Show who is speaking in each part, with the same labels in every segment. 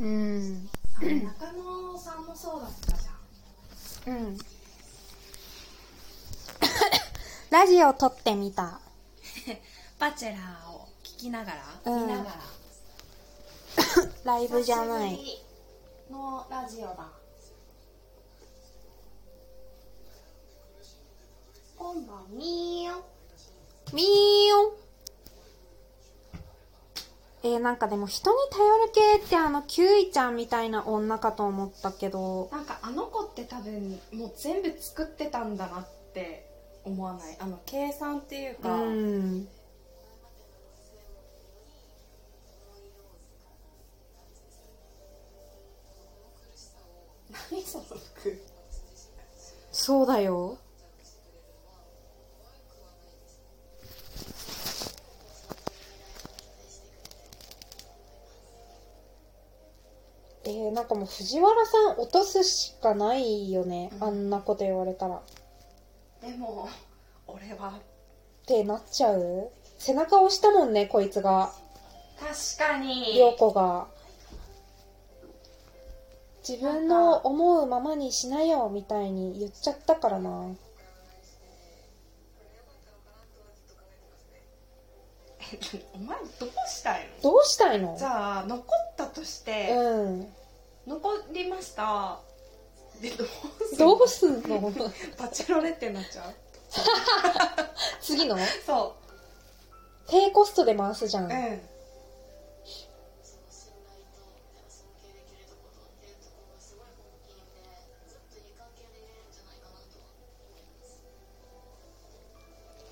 Speaker 1: うん。
Speaker 2: あの中野さんもそうだったじゃん
Speaker 1: うん。 ラジオ撮ってみた。
Speaker 2: バチェラーを聞きながら、
Speaker 1: うん
Speaker 2: 見ながら
Speaker 1: ライブじゃない
Speaker 2: 久し。ぶりのラジオだ今晩みーよ
Speaker 1: みーよ。えー、なんかでも人に頼る系ってあの、キュウイちゃんみたいな女かと思ったけど、
Speaker 2: なんかあの子って多分もう全部作ってたんだなって思わないあの計算っていう
Speaker 1: う
Speaker 2: か、
Speaker 1: ん。
Speaker 2: 何その服
Speaker 1: そうだよ。えー、なんかもう藤原さん落とすしかないよね。
Speaker 2: うん
Speaker 1: あんなこと言われたら。っ
Speaker 2: でも俺は
Speaker 1: てなっちゃう背中押したもんね、こいつが。
Speaker 2: 確かに
Speaker 1: 涼子が。自分の思うままにしなよみたいに言っちゃったからな。
Speaker 2: お前どうしたい
Speaker 1: どうしたいの
Speaker 2: のじゃあ残ったとして、
Speaker 1: うん。
Speaker 2: 残りましたでどうする
Speaker 1: どうすんの
Speaker 2: バチェロレッテになっちゃう
Speaker 1: 次の
Speaker 2: そ
Speaker 1: 低コストで回すじゃん。
Speaker 2: ううん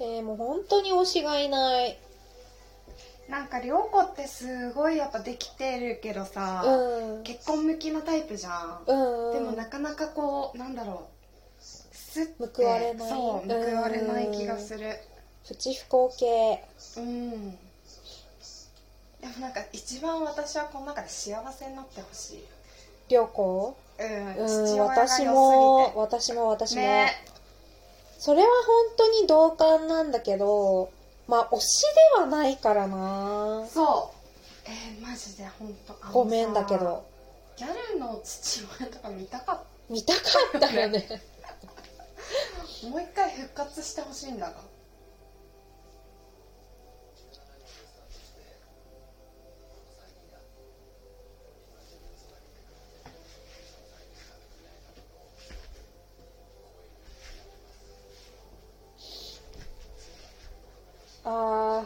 Speaker 1: えー、もう本当に推しがいない。
Speaker 2: なんか涼子ってすごいやっぱできてるけどさ、
Speaker 1: うん。
Speaker 2: 結婚向きのタイプじゃん、
Speaker 1: うん。
Speaker 2: でもなかなかこうなんだろうすって
Speaker 1: 報われない
Speaker 2: そう報われない気がする
Speaker 1: プチ不幸系。
Speaker 2: うんでもなんか一番私はこの中で幸せになってほしい
Speaker 1: 涼子
Speaker 2: うん
Speaker 1: うん、
Speaker 2: 父親が良す
Speaker 1: 私
Speaker 2: ぎて
Speaker 1: も、私も、私も。
Speaker 2: ね
Speaker 1: それは本当に同感なんだけど、まあ、推しではないからな
Speaker 2: そうえーマジで本当あのさ
Speaker 1: ごめんだけど。
Speaker 2: ギャルの父親とか見たかっ
Speaker 1: 見たかったよ ね。
Speaker 2: たもう一回復活してほしいんだが
Speaker 1: あ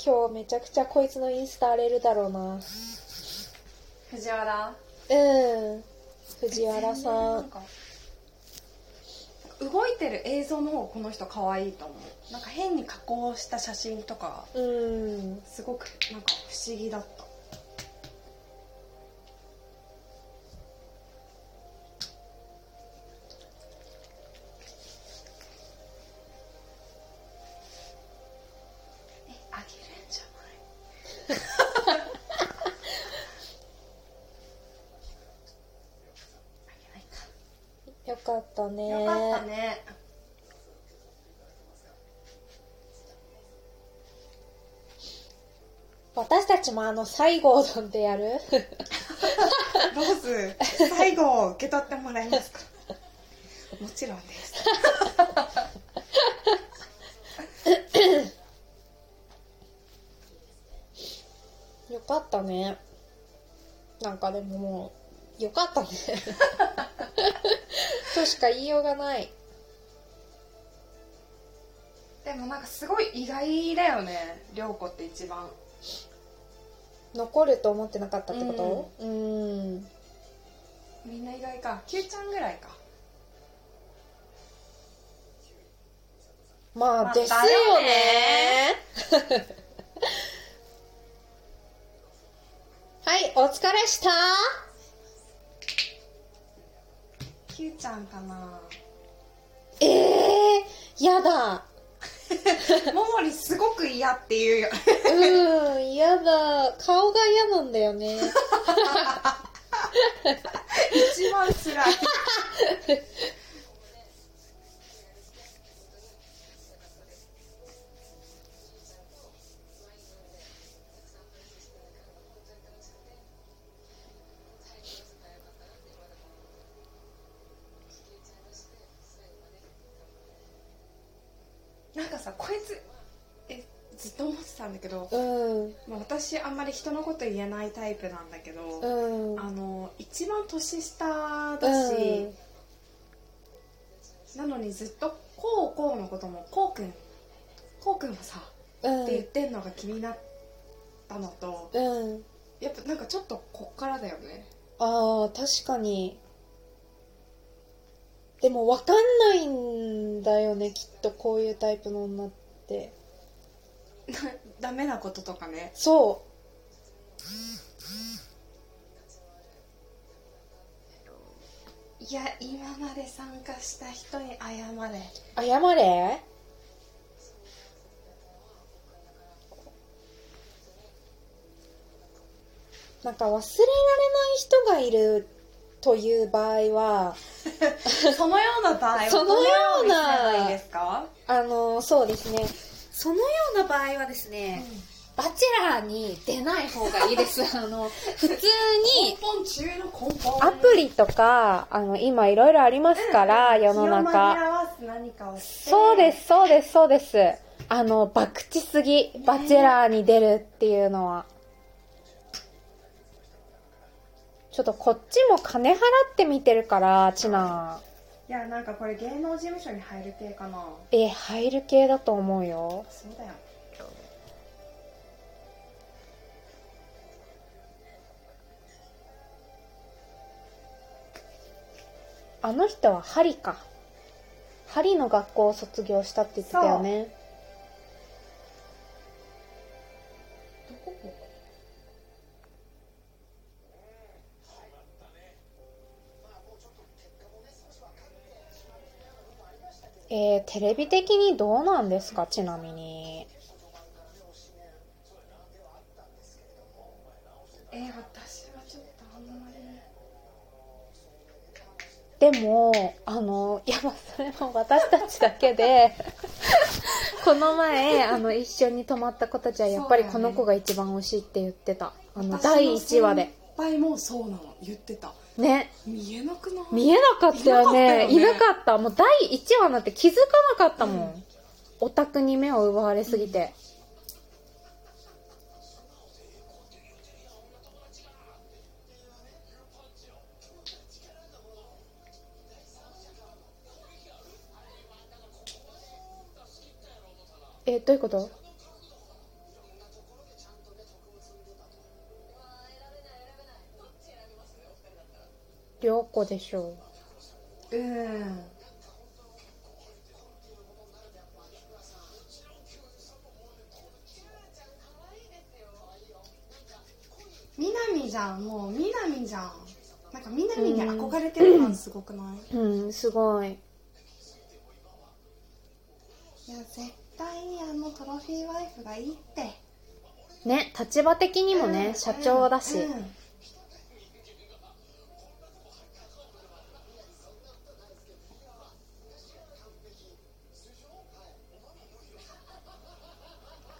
Speaker 1: ー、今日めちゃくちゃこいつのインスタ荒れるだろうな
Speaker 2: 藤原
Speaker 1: うん。藤原さ。
Speaker 2: なんか動いてる映像の方この人可愛いと思うなんか変に加工した写真とか
Speaker 1: うん。
Speaker 2: すごくなんか不思議だったえあげるんじゃないあげないか
Speaker 1: よかったね。
Speaker 2: よかったね。
Speaker 1: 私たちもあの、西郷さんでやる
Speaker 2: ローズ、最後受け取ってもらえますか。 もちろんです。
Speaker 1: よかったね。なんかでももう、よかった ね。としか言いようがない。
Speaker 2: でもなんかすごい意外だよね。涼子って一番。
Speaker 1: 残ると思ってなかったってことうん。ん。
Speaker 2: みんな意外か。キューちゃんぐらいか。
Speaker 1: ま
Speaker 2: ま
Speaker 1: あ、
Speaker 2: あ
Speaker 1: ですよ
Speaker 2: だよ
Speaker 1: ね
Speaker 2: ね。
Speaker 1: はい、お疲れした
Speaker 2: キューちゃんかな。
Speaker 1: ええー、やだ。
Speaker 2: ももりすごく嫌っていうよ。
Speaker 1: うーん、嫌だ。顔が嫌なんだよね。
Speaker 2: 一番辛い。ずえずっと思ってたんだけど、
Speaker 1: うん
Speaker 2: まあ、私あんまり人のこと言えないタイプなんだけど、
Speaker 1: うん
Speaker 2: あの一番年下だし
Speaker 1: う、
Speaker 2: なのにずっとこうこうのこともこうくんこうくんはさ
Speaker 1: ん
Speaker 2: って言ってんのが気になったのと
Speaker 1: うんうん
Speaker 2: やっぱなんかちょっとこっからだ よね
Speaker 1: ああ確かにでも分かんないんだよねきっとこういうタイプの女って
Speaker 2: ダメなこととかね
Speaker 1: そう
Speaker 2: いや今まで参加した人に謝れ
Speaker 1: 謝れなんか忘れられない人がいるという場合は
Speaker 2: そのような場合は
Speaker 1: そのような
Speaker 2: どのようにすればいいですか、
Speaker 1: あのそうですねそのような場合はですね、バチェラーに出ない方がいいです あの普通に
Speaker 2: 根本中の根本
Speaker 1: アプリとかあの今いろいろありますから、世の
Speaker 2: 気を紛
Speaker 1: 中
Speaker 2: らわす何かをして
Speaker 1: そうですそうですそうですあの博打すぎバチェラーに出るっていうのは、ちょっとこっちも金払って見てるからチナ
Speaker 2: いやなんかこれ芸能事務所に入る系かな
Speaker 1: え入る系だと思うよ
Speaker 2: そうだよ
Speaker 1: あの人は針か針の学校を卒業したって言ってたよね
Speaker 2: どこここ
Speaker 1: えー、テレビ的にどうなんですかちなみに
Speaker 2: えー、私はちょっとあんま
Speaker 1: で
Speaker 2: り
Speaker 1: もあのいやまあそれも私たちだけで この前あの一緒に泊まった子たちはやっぱりこの子が一番美味しいって言ってたあの第1話で
Speaker 2: いっぱいもうそうなの言ってた
Speaker 1: ね
Speaker 2: 見えなくない
Speaker 1: 見えなかったよねい
Speaker 2: い
Speaker 1: な
Speaker 2: な
Speaker 1: か
Speaker 2: か
Speaker 1: ったもう第1話なんて気づかなかったもん、オタクに目を奪われすぎて、えどういうこと良子でしょう
Speaker 2: うんみなみじゃんもうみなみじゃんなんかみなみに憧れてる感すごくない、
Speaker 1: うんすごい
Speaker 2: いや絶対にあのトロフィーワイフがいいって
Speaker 1: ね立場的にもね、
Speaker 2: うん
Speaker 1: 社長だし、
Speaker 2: うんうん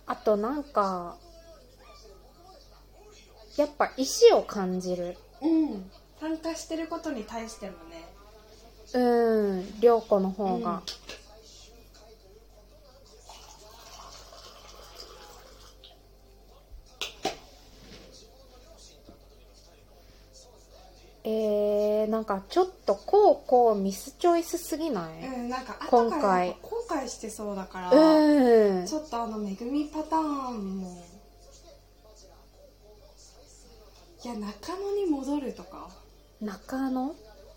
Speaker 1: あとなんかやっぱ意志を感じる
Speaker 2: うん、参加してることに対してもね
Speaker 1: うん涼子の方が、えー、なんかちょっとこうこうミスチョイスすぎな
Speaker 2: う
Speaker 1: い
Speaker 2: んなんか後
Speaker 1: 今
Speaker 2: から
Speaker 1: 回
Speaker 2: やっぱ後悔してそうだから、
Speaker 1: うん
Speaker 2: ちょっとあのめぐみパターンもいや中野に戻るとか
Speaker 1: 中野っ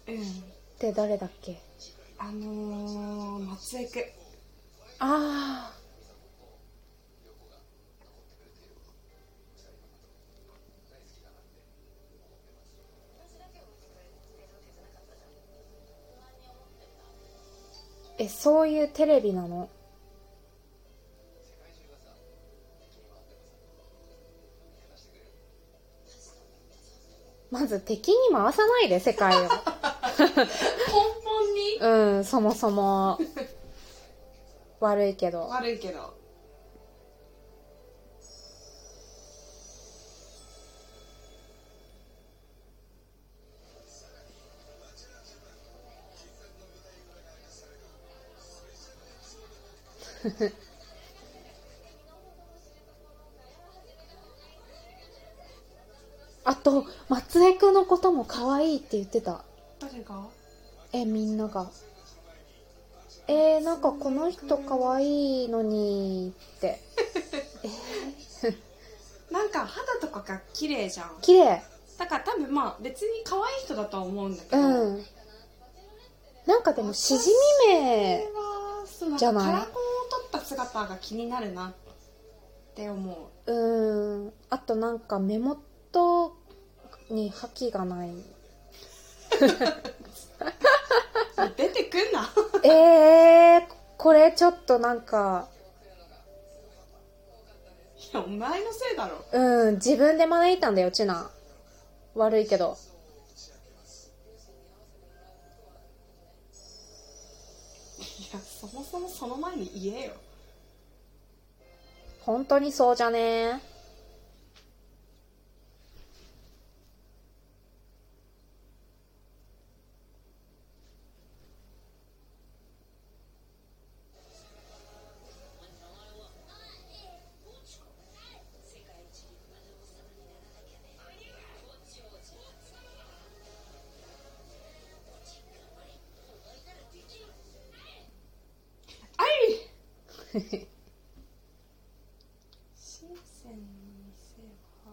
Speaker 2: うん
Speaker 1: て誰だっけ
Speaker 2: あのー、松江区
Speaker 1: ああえそういうテレビなのまず敵に回さないで世界を
Speaker 2: 根本
Speaker 1: う
Speaker 2: に
Speaker 1: んそもそも悪いけど
Speaker 2: 悪いけど
Speaker 1: あと松江くんのことも可愛いって言ってた
Speaker 2: 誰が
Speaker 1: えみんながえー、なんかこの人可愛いのにって
Speaker 2: なんか肌とかが綺麗じゃん
Speaker 1: 綺麗
Speaker 2: だから多分まあ別に可愛い人だとは思うんだけ
Speaker 1: う
Speaker 2: ど、
Speaker 1: んなんかでもしじみ名
Speaker 2: それは
Speaker 1: じゃ
Speaker 2: そうなん
Speaker 1: ない
Speaker 2: かカラコンを取った姿が気になるなって思
Speaker 1: うんあとなんか目元に覇気がない
Speaker 2: う出てくんな
Speaker 1: えー、これちょっとなんか
Speaker 2: いやお前のせいだろ
Speaker 1: うん自分で招いたんだよちな悪いけど
Speaker 2: いやそもそもその前に言えよ
Speaker 1: 本当にそうじゃね
Speaker 2: あい新鮮にせば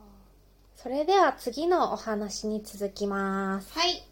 Speaker 1: それでは次のお話に続きます
Speaker 2: はい